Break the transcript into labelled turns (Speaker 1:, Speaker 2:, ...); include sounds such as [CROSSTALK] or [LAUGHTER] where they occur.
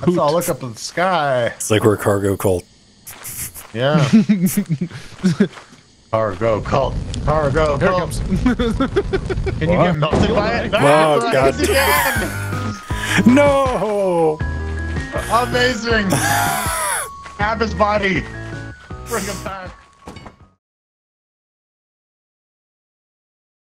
Speaker 1: That's all. Look up at the sky.
Speaker 2: It's like we're a cargo cult.
Speaker 1: [LAUGHS] Yeah. Cargo cult. Cargo
Speaker 3: Here it
Speaker 1: cult.
Speaker 3: comes.
Speaker 1: Can you
Speaker 4: What?
Speaker 1: get melted by it?
Speaker 2: Oh,
Speaker 1: Nice!
Speaker 2: God.
Speaker 1: Again!
Speaker 2: No!
Speaker 1: Amazing. Grab his body. Bring him back.